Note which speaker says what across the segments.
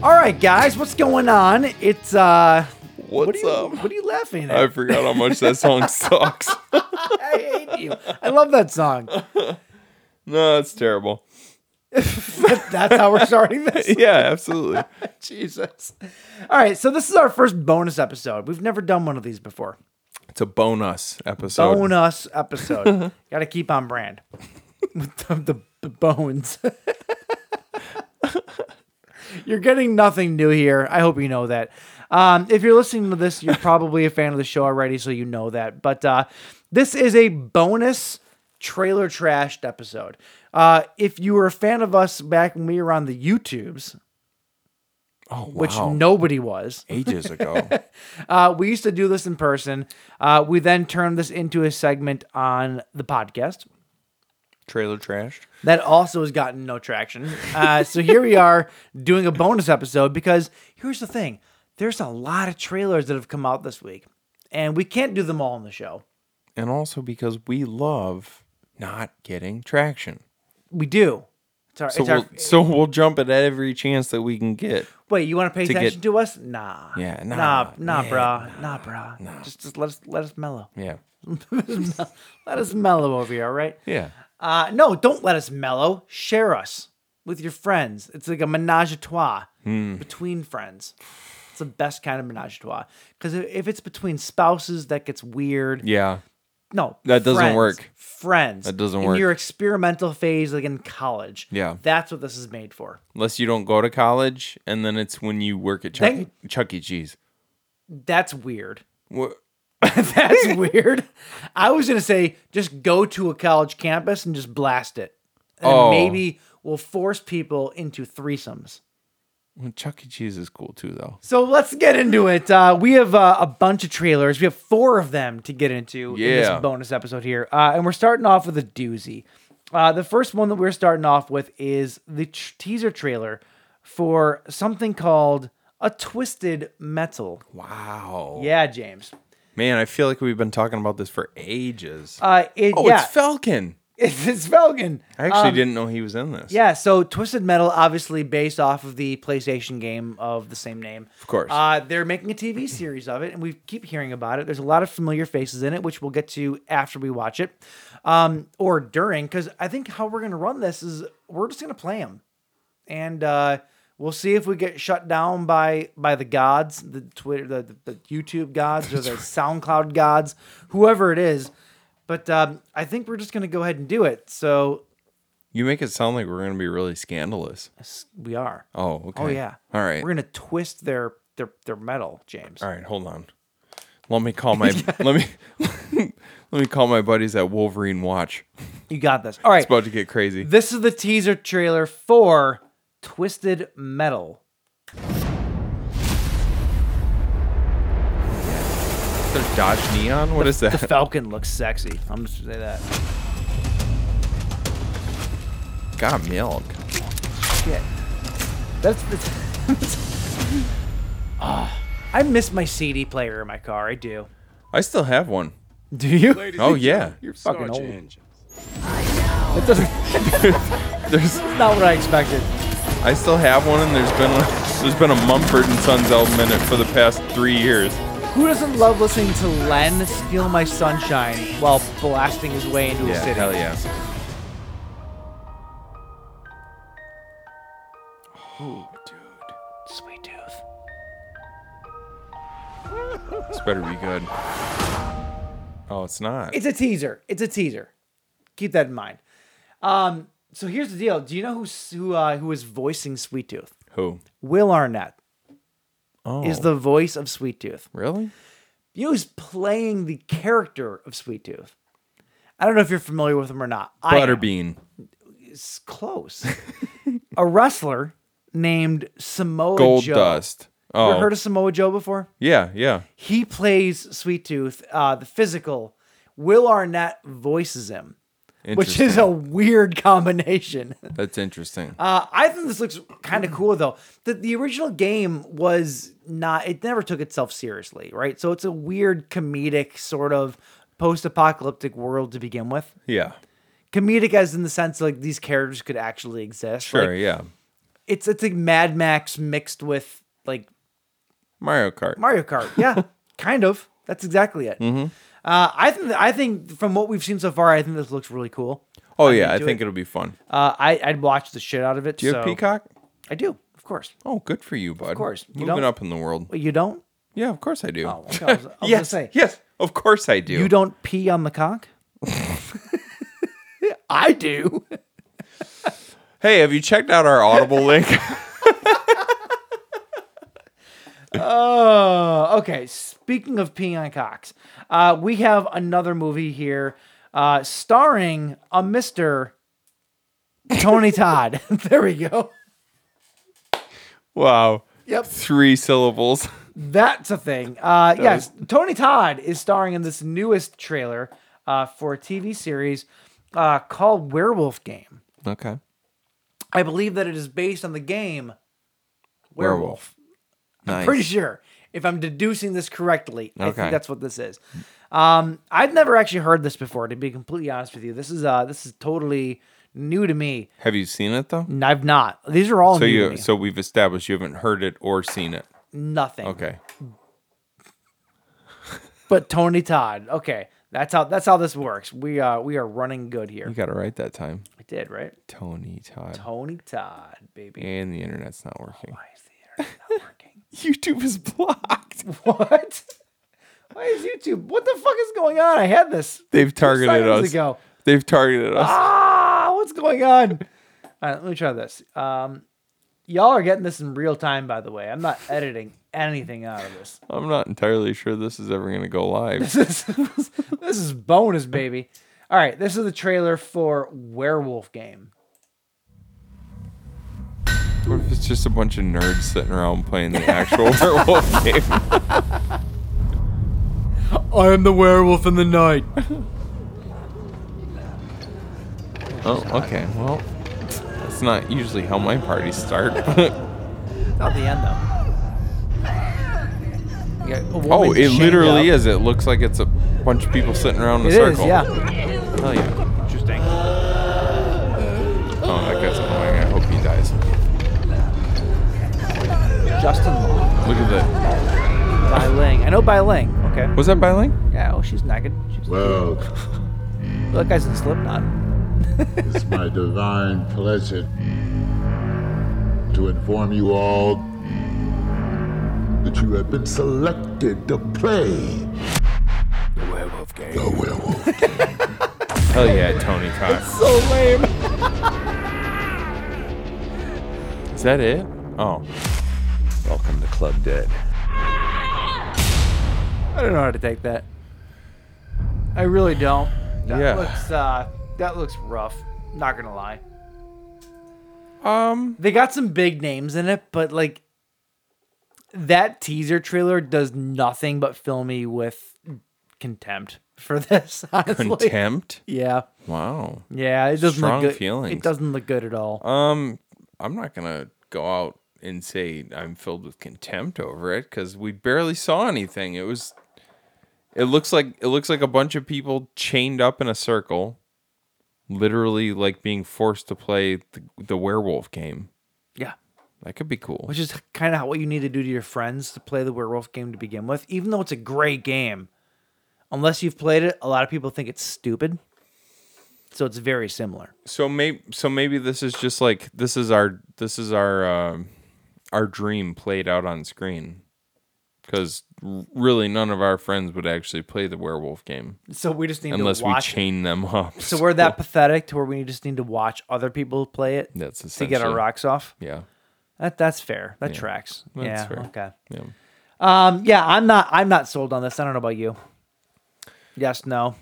Speaker 1: All right, guys, what's going on? It's uh, what
Speaker 2: What's
Speaker 1: are you,
Speaker 2: up?
Speaker 1: What are you laughing at?
Speaker 2: I forgot how much that song sucks.
Speaker 1: I hate you. I love that song.
Speaker 2: no, it's terrible.
Speaker 1: That's how we're starting this.
Speaker 2: Yeah, absolutely.
Speaker 1: Jesus. All right, so this is our first bonus episode. We've never done one of these before.
Speaker 2: It's a bonus episode.
Speaker 1: Bonus episode. Got to keep on brand with the, the b- bones. you're getting nothing new here. I hope you know that. Um, if you're listening to this, you're probably a fan of the show already, so you know that. But uh, this is a bonus trailer trashed episode. Uh, if you were a fan of us back when we were on the YouTubes,
Speaker 2: Oh, wow.
Speaker 1: which nobody was,
Speaker 2: Ages ago.
Speaker 1: uh, we used to do this in person. Uh, we then turned this into a segment on the podcast
Speaker 2: Trailer trashed.
Speaker 1: that also has gotten no traction. Uh, so here we are doing a bonus episode because here's the thing there's a lot of trailers that have come out this week, and we can't do them all in the show.
Speaker 2: And also because we love not getting traction.
Speaker 1: We do. It's our,
Speaker 2: So
Speaker 1: it's our-
Speaker 2: we'll, so we'll jump at every chance that we can get.
Speaker 1: wait, you want to pay
Speaker 2: to
Speaker 1: attention
Speaker 2: get-
Speaker 1: to us? Nah.
Speaker 2: Yeah,
Speaker 1: Nah,
Speaker 2: nah,
Speaker 1: nah, nah
Speaker 2: yeah,
Speaker 1: brah. Nah, brah. Just, just let us let us mellow.
Speaker 2: Yeah.
Speaker 1: Let us mellow over here, all right?
Speaker 2: Yeah.
Speaker 1: Uh, no, don't let us mellow. Share us with your friends. It's like a menage a trois
Speaker 2: Hmm.
Speaker 1: between friends. It's the best kind of menage a trois. Because if it's between spouses, that gets weird.
Speaker 2: Yeah.
Speaker 1: No,
Speaker 2: That doesn't
Speaker 1: friends.
Speaker 2: work.
Speaker 1: Friends.
Speaker 2: That doesn't
Speaker 1: in
Speaker 2: work.
Speaker 1: Your experimental phase, like in college.
Speaker 2: Yeah.
Speaker 1: that's what this is made for.
Speaker 2: Unless you don't go to college and then it's when you work at Chuck,
Speaker 1: Thank-
Speaker 2: Chuck E. Cheese.
Speaker 1: That's weird.
Speaker 2: What?
Speaker 1: That's weird. I was gonna say just go to a college campus and just blast it, and
Speaker 2: Oh.
Speaker 1: maybe we'll force people into threesomes.
Speaker 2: Well, Chuck E. Cheese is cool too, though.
Speaker 1: So let's get into it. Uh, we have uh, a bunch of trailers. We have four of them to get into in
Speaker 2: Yeah.
Speaker 1: this bonus episode here. Uh, and we're starting off with a doozy. Uh, the first one that we're starting off with is the tr- teaser trailer for something called A Twisted Metal.
Speaker 2: Wow.
Speaker 1: Yeah, James.
Speaker 2: Man, I feel like we've been talking about this for ages.
Speaker 1: Uh, it,
Speaker 2: oh,
Speaker 1: yeah,
Speaker 2: it's Falcon.
Speaker 1: it's, it's Falcon.
Speaker 2: I actually didn't know he was in this.
Speaker 1: Um, Yeah, so Twisted Metal, obviously based off of the PlayStation game of the same name. Of
Speaker 2: course.
Speaker 1: Uh, they're making a TV series of it, and we keep hearing about it. There's a lot of familiar faces in it, which we'll get to after we watch it um, or during, because I think how we're going to run this is we're just going to play them. And uh, we'll see if we get shut down by by the gods, the Twitter, the, the, the YouTube gods, or the SoundCloud gods, whoever it is. But um, I think we're just going to go ahead and do it. So
Speaker 2: You make it sound like we're going to be really scandalous.
Speaker 1: s- we are.
Speaker 2: Oh, okay.
Speaker 1: Oh yeah.
Speaker 2: All right.
Speaker 1: We're gonna twist their their their metal, James.
Speaker 2: All right, hold on. Let me call my let me let me call my buddies at Wolverine Watch.
Speaker 1: You got this. All right.
Speaker 2: It's about to get crazy.
Speaker 1: This is the teaser trailer for Twisted Metal.
Speaker 2: Is there Dodge Neon? What is
Speaker 1: The
Speaker 2: that?
Speaker 1: Falcon looks sexy. I'm just gonna say that.
Speaker 2: Got milk.
Speaker 1: Shit. That's. that's Ah. I miss my CD player in my car. I do.
Speaker 2: I still have one.
Speaker 1: Do you?
Speaker 2: Oh yeah.
Speaker 3: You're
Speaker 1: fucking
Speaker 3: fucking old.
Speaker 1: old.
Speaker 4: I
Speaker 2: There's
Speaker 1: Not what I expected.
Speaker 2: I still have one and there's been there's been a Mumford and Sons album in it for the past 3 years.
Speaker 1: Who doesn't love listening to Len steal my sunshine while blasting his way into a
Speaker 2: Yeah,
Speaker 1: city?
Speaker 2: hell yeah.
Speaker 1: Sweet tooth.
Speaker 2: This better be good. Oh, it's not.
Speaker 1: It's a teaser. It's a teaser. Keep that in mind. Um, so here's the deal. Do you know who's, who uh, who is voicing Sweet Tooth?
Speaker 2: Who?
Speaker 1: Will Arnett
Speaker 2: Oh.
Speaker 1: is the voice of Sweet Tooth.
Speaker 2: Really?
Speaker 1: You know who's playing the character of Sweet Tooth? I don't know if you're familiar with him or not. I am.
Speaker 2: Butterbean.
Speaker 1: It's close. a wrestler named Samoa
Speaker 2: Gold
Speaker 1: Joe.
Speaker 2: Dust.
Speaker 1: You
Speaker 2: Oh.
Speaker 1: ever heard of Samoa Joe before?
Speaker 2: yeah, yeah.
Speaker 1: He plays Sweet Tooth, uh, the physical. Will Arnett voices him. which is
Speaker 2: Interesting.
Speaker 1: a weird combination.
Speaker 2: That's interesting.
Speaker 1: Uh, I think this looks kind of cool though. The, the original game was not, it never took itself seriously, right? So it's a weird comedic sort of post apocalyptic world to begin with.
Speaker 2: yeah.
Speaker 1: Comedic as in the sense like these characters could actually exist.
Speaker 2: Sure,
Speaker 1: Like,
Speaker 2: yeah.
Speaker 1: it's it's like Mad Max mixed with like
Speaker 2: Mario Kart.
Speaker 1: Mario Kart. Yeah, kind of. That's exactly it. Uh, I think I think from what we've seen so far, I think this looks really cool.
Speaker 2: oh yeah, I
Speaker 1: do
Speaker 2: think
Speaker 1: it.
Speaker 2: it. will be fun.
Speaker 1: Uh, I I'd watch the shit out of it.
Speaker 2: Do you
Speaker 1: so.
Speaker 2: have Peacock?
Speaker 1: I do, of course.
Speaker 2: Oh, good for you, bud. Of
Speaker 1: course. You
Speaker 2: moving
Speaker 1: don't-
Speaker 2: up in the world.
Speaker 1: But you don't.
Speaker 2: Yeah, of course I do.
Speaker 1: Oh, okay, I was- I was gonna
Speaker 2: yes,
Speaker 1: say.
Speaker 2: yes, of course I do.
Speaker 1: You don't pee on the cock. I do.
Speaker 2: Hey, have you checked out our Audible link?
Speaker 1: Oh, okay. Speaking of peeing on cocks, uh, we have another movie here uh, starring a Mr. Tony Todd. there we go.
Speaker 2: wow.
Speaker 1: Yep.
Speaker 2: Three syllables.
Speaker 1: That's a thing. Uh, yes, Tony Todd is starring in this newest trailer uh, for a TV series uh, called Werewolf Game.
Speaker 2: Okay.
Speaker 1: I believe that it is based on the game Werewolf.
Speaker 2: Nice.
Speaker 1: Pretty sure. If I'm deducing this correctly, I
Speaker 2: Okay.
Speaker 1: think that's what this is. Um, I've never actually heard this before, to be completely honest with you. This is uh, this is totally new to me.
Speaker 2: Have you seen it though?
Speaker 1: And I've not. These are all
Speaker 2: So
Speaker 1: new to
Speaker 2: you
Speaker 1: me.
Speaker 2: so we've established you haven't heard it or seen it.
Speaker 1: Nothing.
Speaker 2: Okay.
Speaker 1: But Tony Todd. Okay. That's how that's how this works. We uh we are running good here.
Speaker 2: You got it right that time.
Speaker 1: I did, right?
Speaker 2: Tony Todd.
Speaker 1: Tony Todd, baby.
Speaker 2: And the internet's not working.
Speaker 1: Why is the internet not working?
Speaker 2: YouTube is blocked.
Speaker 1: what? Why is YouTube? What the fuck is going on? I had this.
Speaker 2: They've targeted
Speaker 1: seconds
Speaker 2: us.
Speaker 1: ago.
Speaker 2: They've targeted us.
Speaker 1: Ah, what's going on? All right, let me try this. Um, y'all are getting this in real time, by the way. I'm not editing anything out of this.
Speaker 2: I'm not entirely sure this is ever going to go live.
Speaker 1: This is, this is bonus, baby. All right, this is the trailer for Werewolf Game.
Speaker 2: What if it's just a bunch of nerds sitting around playing the actual werewolf game?
Speaker 1: I am the werewolf in the night.
Speaker 2: Oh, okay. Well, that's not usually how my parties start.
Speaker 1: Not the end though. You got a
Speaker 2: oh,
Speaker 1: woman
Speaker 2: it
Speaker 1: chained
Speaker 2: literally
Speaker 1: up.
Speaker 2: is. It looks like it's a bunch of people sitting around in a
Speaker 1: It
Speaker 2: circle.
Speaker 1: is, yeah.
Speaker 2: Hell yeah.
Speaker 1: Interesting.
Speaker 2: Oh, that guy's annoying. I hope he dies.
Speaker 1: Justin Long
Speaker 2: Look at that.
Speaker 1: by Ling. I know by Ling. Okay.
Speaker 2: Was that Biling?
Speaker 1: Yeah, oh, she's naked. She's,
Speaker 3: Well,
Speaker 1: that guy's in Slipknot.
Speaker 3: it's my divine pleasure to inform you all that you have been selected to play the werewolf game.
Speaker 2: Hell yeah, Tony Todd.
Speaker 1: So lame.
Speaker 2: Is that it? Oh.
Speaker 5: Welcome to Club Dead.
Speaker 1: I don't know how to take that. I really don't. That
Speaker 2: Yeah.
Speaker 1: looks uh that looks rough. Not gonna lie.
Speaker 2: Um,
Speaker 1: They got some big names in it, but like that teaser trailer does nothing but fill me with contempt for this. Honestly.
Speaker 2: contempt?
Speaker 1: Yeah.
Speaker 2: Wow.
Speaker 1: Yeah, it doesn't
Speaker 2: Strong
Speaker 1: look good.
Speaker 2: feelings.
Speaker 1: It doesn't look good at all.
Speaker 2: Um, I'm not gonna go out and say I'm filled with contempt over it because we barely saw anything. It was, it looks like it looks like a bunch of people chained up in a circle, literally like being forced to play the, the werewolf game.
Speaker 1: yeah.
Speaker 2: That could be cool.
Speaker 1: Which is kind of what you need to do to your friends to play the werewolf game to begin with, even though it's a great game. Unless you've played it, a lot of people think it's stupid. So it's very similar.
Speaker 2: So maybe so maybe this is just like this is our this is our um our dream played out on screen. Because really, none of our friends would actually play the werewolf game
Speaker 1: So we just need
Speaker 2: unless
Speaker 1: to
Speaker 2: we
Speaker 1: watch.
Speaker 2: chain them up.
Speaker 1: so we're that pathetic to where we just need to watch other people play it
Speaker 2: That's
Speaker 1: to get our
Speaker 2: essentially-
Speaker 1: rocks off.
Speaker 2: Yeah.
Speaker 1: That that's fair. That tracks.
Speaker 2: That's
Speaker 1: yeah.
Speaker 2: fair.
Speaker 1: Okay.
Speaker 2: Yeah.
Speaker 1: Um. Yeah. I'm not. I'm not sold on this. I don't know about you. Yes. No.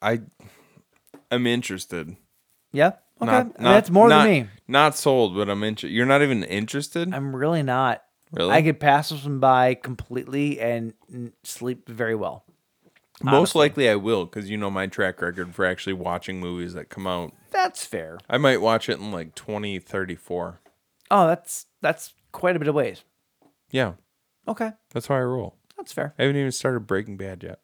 Speaker 2: I I'm interested.
Speaker 1: Yeah. Okay. I
Speaker 2: Not-
Speaker 1: mean,
Speaker 2: not-
Speaker 1: that's more
Speaker 2: not-
Speaker 1: than me.
Speaker 2: Not sold, but I'm interested. You're not even interested?
Speaker 1: I'm really not.
Speaker 2: Really?
Speaker 1: I could pass this one by completely and n- sleep very well.
Speaker 2: Most likely I will cuz you know my track record for actually watching movies that come out.
Speaker 1: That's fair.
Speaker 2: I might watch it in like 2034.
Speaker 1: Oh, that's that's quite a bit of ways.
Speaker 2: Yeah.
Speaker 1: Okay.
Speaker 2: That's how I roll.
Speaker 1: That's fair.
Speaker 2: I haven't even started Breaking Bad yet.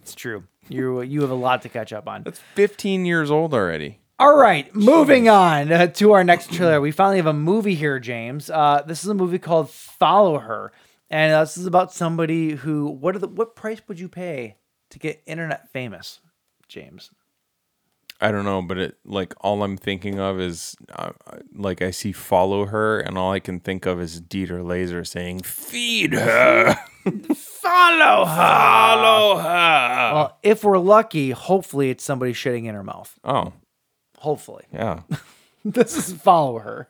Speaker 1: It's true. You you have a lot to catch up on.
Speaker 2: That's 15 years old already.
Speaker 1: All right, moving on uh, to our next trailer. We finally have a movie here, James. Uh, this is a movie called Follow Her, and uh, this is about somebody who. What are the, what price would you pay to get internet famous, James?
Speaker 2: I don't know, but it like all I'm thinking of is uh, like I see follow her, and all I can think of is Dieter Laser saying feed her,
Speaker 1: Follow her.
Speaker 2: follow her.
Speaker 1: Well, Uh, if we're lucky, hopefully it's somebody shitting in her mouth.
Speaker 2: Oh
Speaker 1: Hopefully,
Speaker 2: yeah,
Speaker 1: this is Follow Her.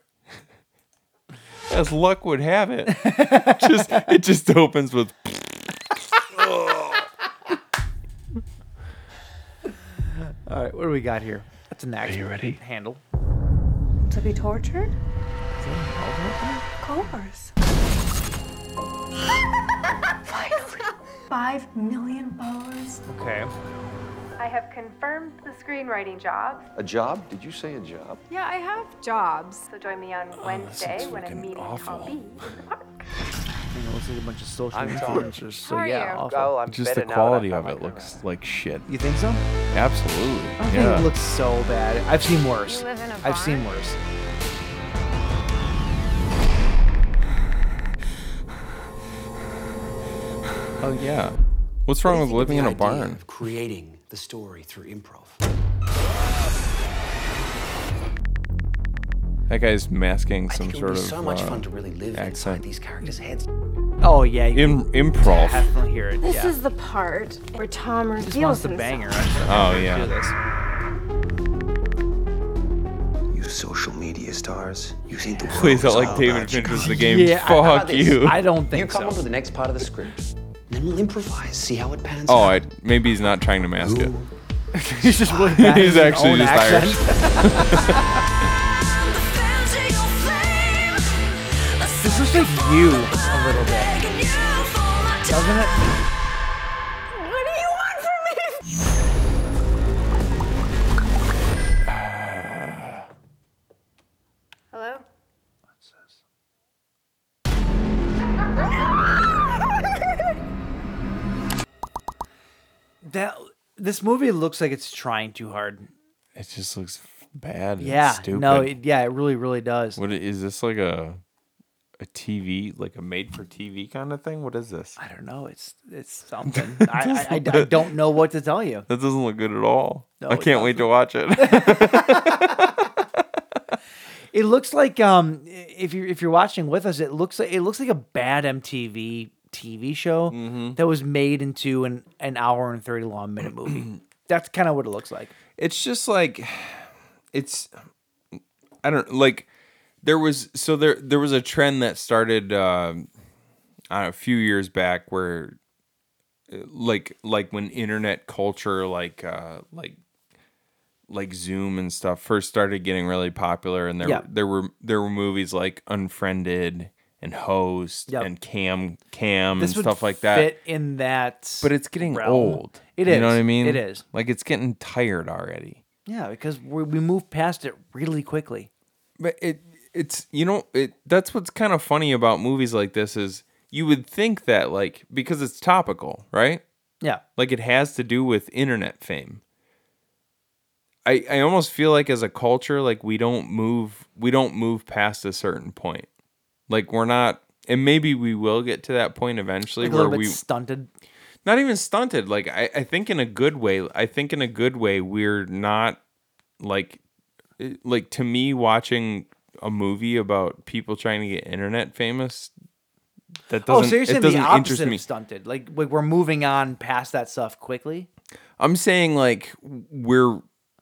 Speaker 2: as luck would have it, just it just opens with
Speaker 1: All right, what do we got here? That's an action. Are you ready? Handle.
Speaker 6: To be tortured? Of course. Finally. Five million followers.
Speaker 1: Okay.
Speaker 7: I have confirmed the screenwriting job,
Speaker 5: A job? Did you say a job?
Speaker 7: Yeah, I have jobs. So join me on Wednesday
Speaker 2: sounds
Speaker 7: when
Speaker 2: Oh,
Speaker 7: I'm
Speaker 2: fucking
Speaker 7: meeting
Speaker 2: awful.
Speaker 7: Hobby in the park.
Speaker 1: You know, it's like a bunch of social
Speaker 8: I'm sorry.
Speaker 1: influencers. So
Speaker 7: How are
Speaker 1: yeah,
Speaker 7: you?
Speaker 1: awful.
Speaker 8: Oh, I'm
Speaker 2: just the
Speaker 8: better now that I
Speaker 2: quality
Speaker 8: found
Speaker 2: of
Speaker 8: my
Speaker 2: it
Speaker 8: camera.
Speaker 2: looks like shit.
Speaker 1: You think so?
Speaker 2: Absolutely,
Speaker 1: I think
Speaker 2: yeah.
Speaker 1: it looks so bad. I've seen worse.
Speaker 7: You live in a
Speaker 1: I've seen
Speaker 7: barn?
Speaker 1: worse.
Speaker 2: oh yeah. What's wrong with living in a barn?
Speaker 9: Of creating the story through improv.
Speaker 2: That guy's masking
Speaker 9: I
Speaker 2: some
Speaker 9: think it would
Speaker 2: sort
Speaker 9: be
Speaker 2: of
Speaker 9: so much
Speaker 2: uh,
Speaker 9: fun to really live
Speaker 2: accent.
Speaker 9: inside these characters' heads.
Speaker 1: Oh yeah, you
Speaker 2: im- improv.
Speaker 1: definitely hear it.
Speaker 4: This
Speaker 1: yeah.
Speaker 4: is the part where Tom
Speaker 1: This one's
Speaker 4: reveals
Speaker 1: the
Speaker 4: himself.
Speaker 1: banger. I just-
Speaker 2: Oh
Speaker 1: Do
Speaker 2: yeah.
Speaker 1: this.
Speaker 9: You social media stars, you think the
Speaker 2: Plays out
Speaker 9: world's
Speaker 2: like
Speaker 9: all
Speaker 2: David
Speaker 9: about you.
Speaker 2: Fincher's the game.
Speaker 1: Oh, Yeah, I- how
Speaker 2: Fuck
Speaker 9: about this?
Speaker 2: you.
Speaker 1: I don't
Speaker 9: You
Speaker 1: think
Speaker 9: come
Speaker 1: so.
Speaker 9: up with the next part of the script. Then we'll improvise, see how it pans
Speaker 2: Oh,
Speaker 9: out.
Speaker 2: I, maybe he's not trying to mask it.
Speaker 1: He's just really bad
Speaker 2: He's
Speaker 1: at his
Speaker 2: actually
Speaker 1: own
Speaker 2: just
Speaker 1: accent. This looks like you a little bit, doesn't it?
Speaker 4: What do you want from me?
Speaker 7: Hello?
Speaker 1: That this movie looks like it's trying too hard.
Speaker 2: It just looks bad. and
Speaker 1: Yeah.
Speaker 2: stupid.
Speaker 1: No. It, yeah. It really, really does.
Speaker 2: What i- is this like a a TV like a made for TV kind of thing? What is this?
Speaker 1: I don't know. It's it's something. I, I, I, I don't know what to tell you.
Speaker 2: That doesn't look good at all.
Speaker 1: No,
Speaker 2: I
Speaker 1: it
Speaker 2: can't wait to watch it.
Speaker 1: It looks like um if you if you're watching with us, it looks like it looks like a bad MTV TV show
Speaker 2: Mm-hmm.
Speaker 1: that was made into an an hour and thirty long minute movie. That's kind of what it looks like.
Speaker 2: it's just like it's I don't like there was so there there was a trend that started um I don't know, a few years back where uh, like like when internet culture like uh like like Zoom and stuff first started getting really popular and there
Speaker 1: Yeah.
Speaker 2: there were there were movies like Unfriended and Host
Speaker 1: Yep.
Speaker 2: and Cam Cam
Speaker 1: This
Speaker 2: and
Speaker 1: would
Speaker 2: stuff like that.
Speaker 1: fit in that.
Speaker 2: but it's getting
Speaker 1: realm.
Speaker 2: old.
Speaker 1: It
Speaker 2: You know
Speaker 1: is.
Speaker 2: what I mean?
Speaker 1: It is.
Speaker 2: Like it's getting tired already.
Speaker 1: yeah, because we we move past it really quickly.
Speaker 2: but it it's you know it that's what's kind of funny about movies like this is you would think that like because it's topical right
Speaker 1: Yeah.
Speaker 2: like it has to do with internet fame i i almost feel like as a culture like we don't move we don't move past a certain point like we're not and maybe we will get to that point eventually
Speaker 1: Like a
Speaker 2: where
Speaker 1: little bit
Speaker 2: we
Speaker 1: stunted.
Speaker 2: not even stunted like I, I think in a good way i think in a good way we're not like it- like to me watching a movie about people trying to get internet famous that
Speaker 1: Oh,
Speaker 2: doesn't
Speaker 1: so you're saying
Speaker 2: it
Speaker 1: the
Speaker 2: doesn't interest
Speaker 1: opposite
Speaker 2: me
Speaker 1: of stunted. Like, like we're moving on past that stuff quickly.
Speaker 2: i'm saying like we're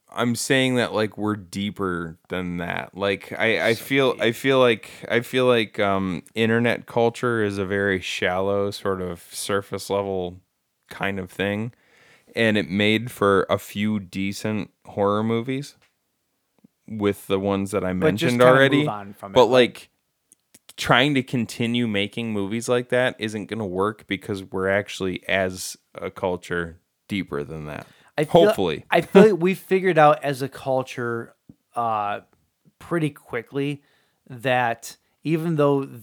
Speaker 2: i'm saying that like we're deeper than that like i i feel i feel like i feel like um internet culture is a very shallow sort of surface level kind of thing and it made for a few decent horror movies with the ones that I
Speaker 1: But just
Speaker 2: mentioned
Speaker 1: kinda
Speaker 2: already.
Speaker 1: move on from it,
Speaker 2: but
Speaker 1: like-
Speaker 2: like trying to continue making movies like that isn't going to work because we're actually as a culture deeper than that.
Speaker 1: I feel,
Speaker 2: Hopefully.
Speaker 1: I feel like we figured out as a culture uh, pretty quickly that even though th-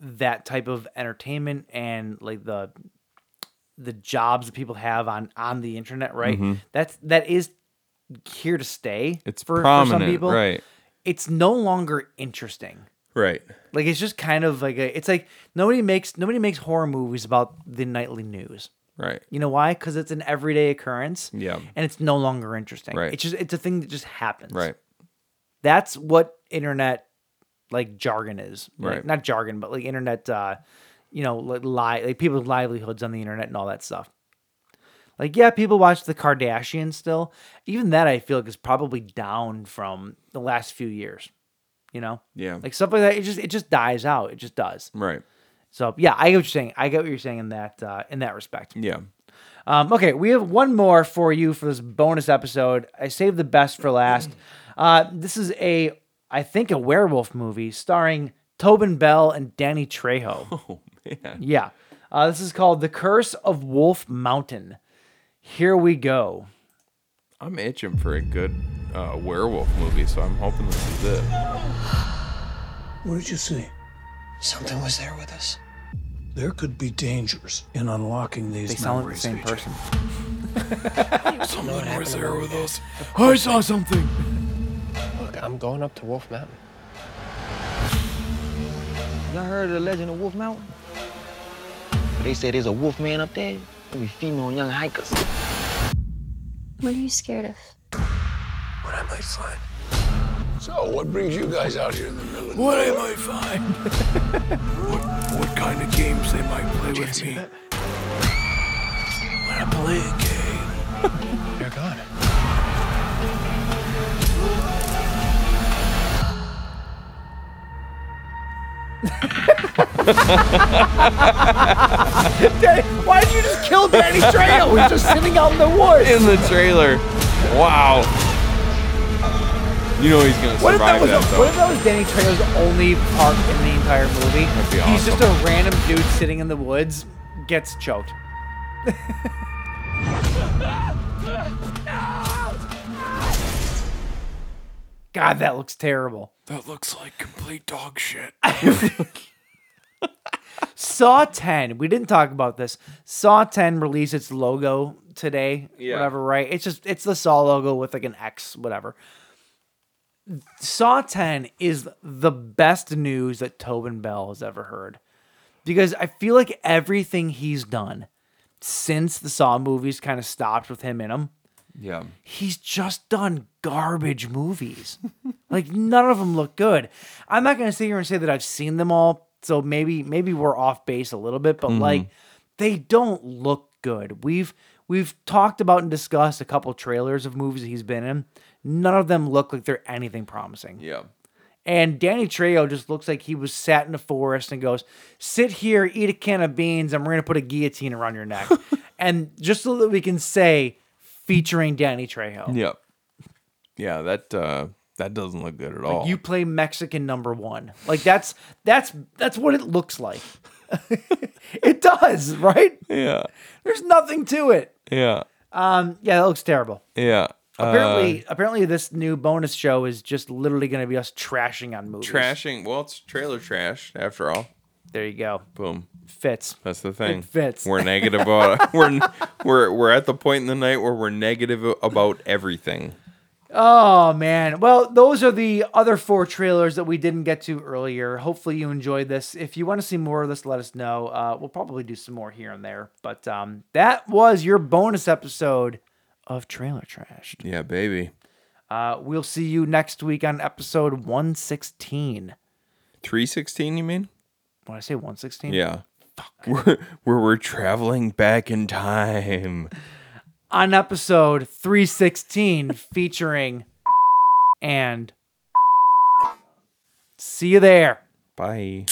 Speaker 1: that type of entertainment and like the the jobs that people have on on the internet, right? That's that is here to stay.
Speaker 2: Mm-hmm. It's
Speaker 1: for, for
Speaker 2: prominent,
Speaker 1: some people,
Speaker 2: right?
Speaker 1: It's no longer interesting.
Speaker 2: Right.
Speaker 1: Like it's just kind of like a, it's like nobody makes nobody makes horror movies about the nightly news.
Speaker 2: Right.
Speaker 1: You know why? Because it's an everyday occurrence.
Speaker 2: Yeah.
Speaker 1: And it's no longer interesting.
Speaker 2: Right.
Speaker 1: It's just it's a thing that just happens.
Speaker 2: Right.
Speaker 1: That's what internet like jargon is. Like,
Speaker 2: Right.
Speaker 1: Not jargon, but like internet uh you know, like lie like people's livelihoods on the internet and all that stuff. Like, yeah, people watch the Kardashians still. Even that I feel like is probably down from the last few years. You know?
Speaker 2: Yeah.
Speaker 1: Like stuff like that, it just it just dies out. It just does.
Speaker 2: Right.
Speaker 1: So yeah, I get what you're saying. I get what you're saying in that uh, in that respect.
Speaker 2: Yeah.
Speaker 1: Um, okay, we have one more for you for this bonus episode. I saved the best for last. Uh, this is a, I think, a werewolf movie starring Tobin Bell and Danny Trejo.
Speaker 2: Oh man.
Speaker 1: Yeah. Uh, this is called The Curse of Wolf Mountain. Here we go.
Speaker 2: I'm itching for a good uh, werewolf movie, so I'm hoping this is it.
Speaker 8: What did you see?
Speaker 9: Something was there with us.
Speaker 8: There could be dangers in unlocking these
Speaker 1: They sound like the
Speaker 8: memories,
Speaker 1: same
Speaker 8: Vijay.
Speaker 1: person.
Speaker 8: I saw something.
Speaker 5: Look, I'm going up to Wolf Mountain.
Speaker 10: Y'all heard of the legend of Wolf Mountain? They say there's a wolf man up there. Could be female young hikers.
Speaker 6: What are you scared of?
Speaker 5: What I might find.
Speaker 3: So, what brings you guys out here in the middle of
Speaker 8: What I might find. what, what kind of games they might play with me. When I play a
Speaker 5: You're gone.
Speaker 1: Why did you just kill Danny Trejo? He's just sitting out in the woods.
Speaker 2: In the trailer. Wow. You know he's gonna survive
Speaker 1: What if that was
Speaker 2: that, though.
Speaker 1: what if that was Danny Trejo's only part in the entire movie?
Speaker 2: be
Speaker 1: He's just
Speaker 2: awesome.
Speaker 1: a random dude sitting in the woods, gets choked. God, that looks terrible.
Speaker 8: That looks like complete dog shit.
Speaker 1: Saw 10. We didn't talk about this. Saw 10 released its logo today.
Speaker 2: Yeah.
Speaker 1: Whatever, right? It's just it's the Saw logo with like an X, whatever. Saw 10 is the best news that Tobin Bell has ever heard. Because I feel like everything he's done since the Saw movies kind of stopped with him in them,
Speaker 2: yeah.
Speaker 1: he's just done garbage movies. like none of them look good. I'm not gonna sit here and say that I've seen them all, so maybe maybe we're off base a little bit, but like they don't look good. We've we've talked about and discussed a couple trailers of movies that he's been in. None of them look like they're anything promising.
Speaker 2: Yeah.
Speaker 1: And Danny Trejo just looks like he was sat in the forest and goes, "Sit here, eat a can of beans, and we're gonna put a guillotine around your neck." and just so that we can say, featuring Danny Trejo.
Speaker 2: Yep. Yeah, that uh that doesn't look good at all.
Speaker 1: You play Mexican number one. Like that's that's that's what it looks like. it does, right?
Speaker 2: yeah.
Speaker 1: There's nothing to it.
Speaker 2: Yeah.
Speaker 1: Um, yeah, that looks terrible.
Speaker 2: Yeah.
Speaker 1: Apparently, apparently, this new bonus show is just literally going to be us trashing on movies.
Speaker 2: trashing well, it's trailer trash after all.
Speaker 1: There you go.
Speaker 2: Boom.
Speaker 1: Fits.
Speaker 2: That's the thing.
Speaker 1: fits.
Speaker 2: We're negative about we're we're we're at the point in the night where we're negative about everything.
Speaker 1: Oh man. Well, those are the other four trailers that we didn't get to earlier. Hopefully you enjoyed this. If you want to see more of this, let us know. Uh, we'll probably do some more here and there. But um, that was your bonus episode of Trailer Trash.
Speaker 2: Yeah, baby.
Speaker 1: Uh, we'll see you next week on episode 116.
Speaker 2: Three sixteen, you mean?
Speaker 1: When I say 116,
Speaker 2: Yeah. We're, we're we're traveling back in time.
Speaker 1: on episode 316 featuring and see you there.
Speaker 2: Bye.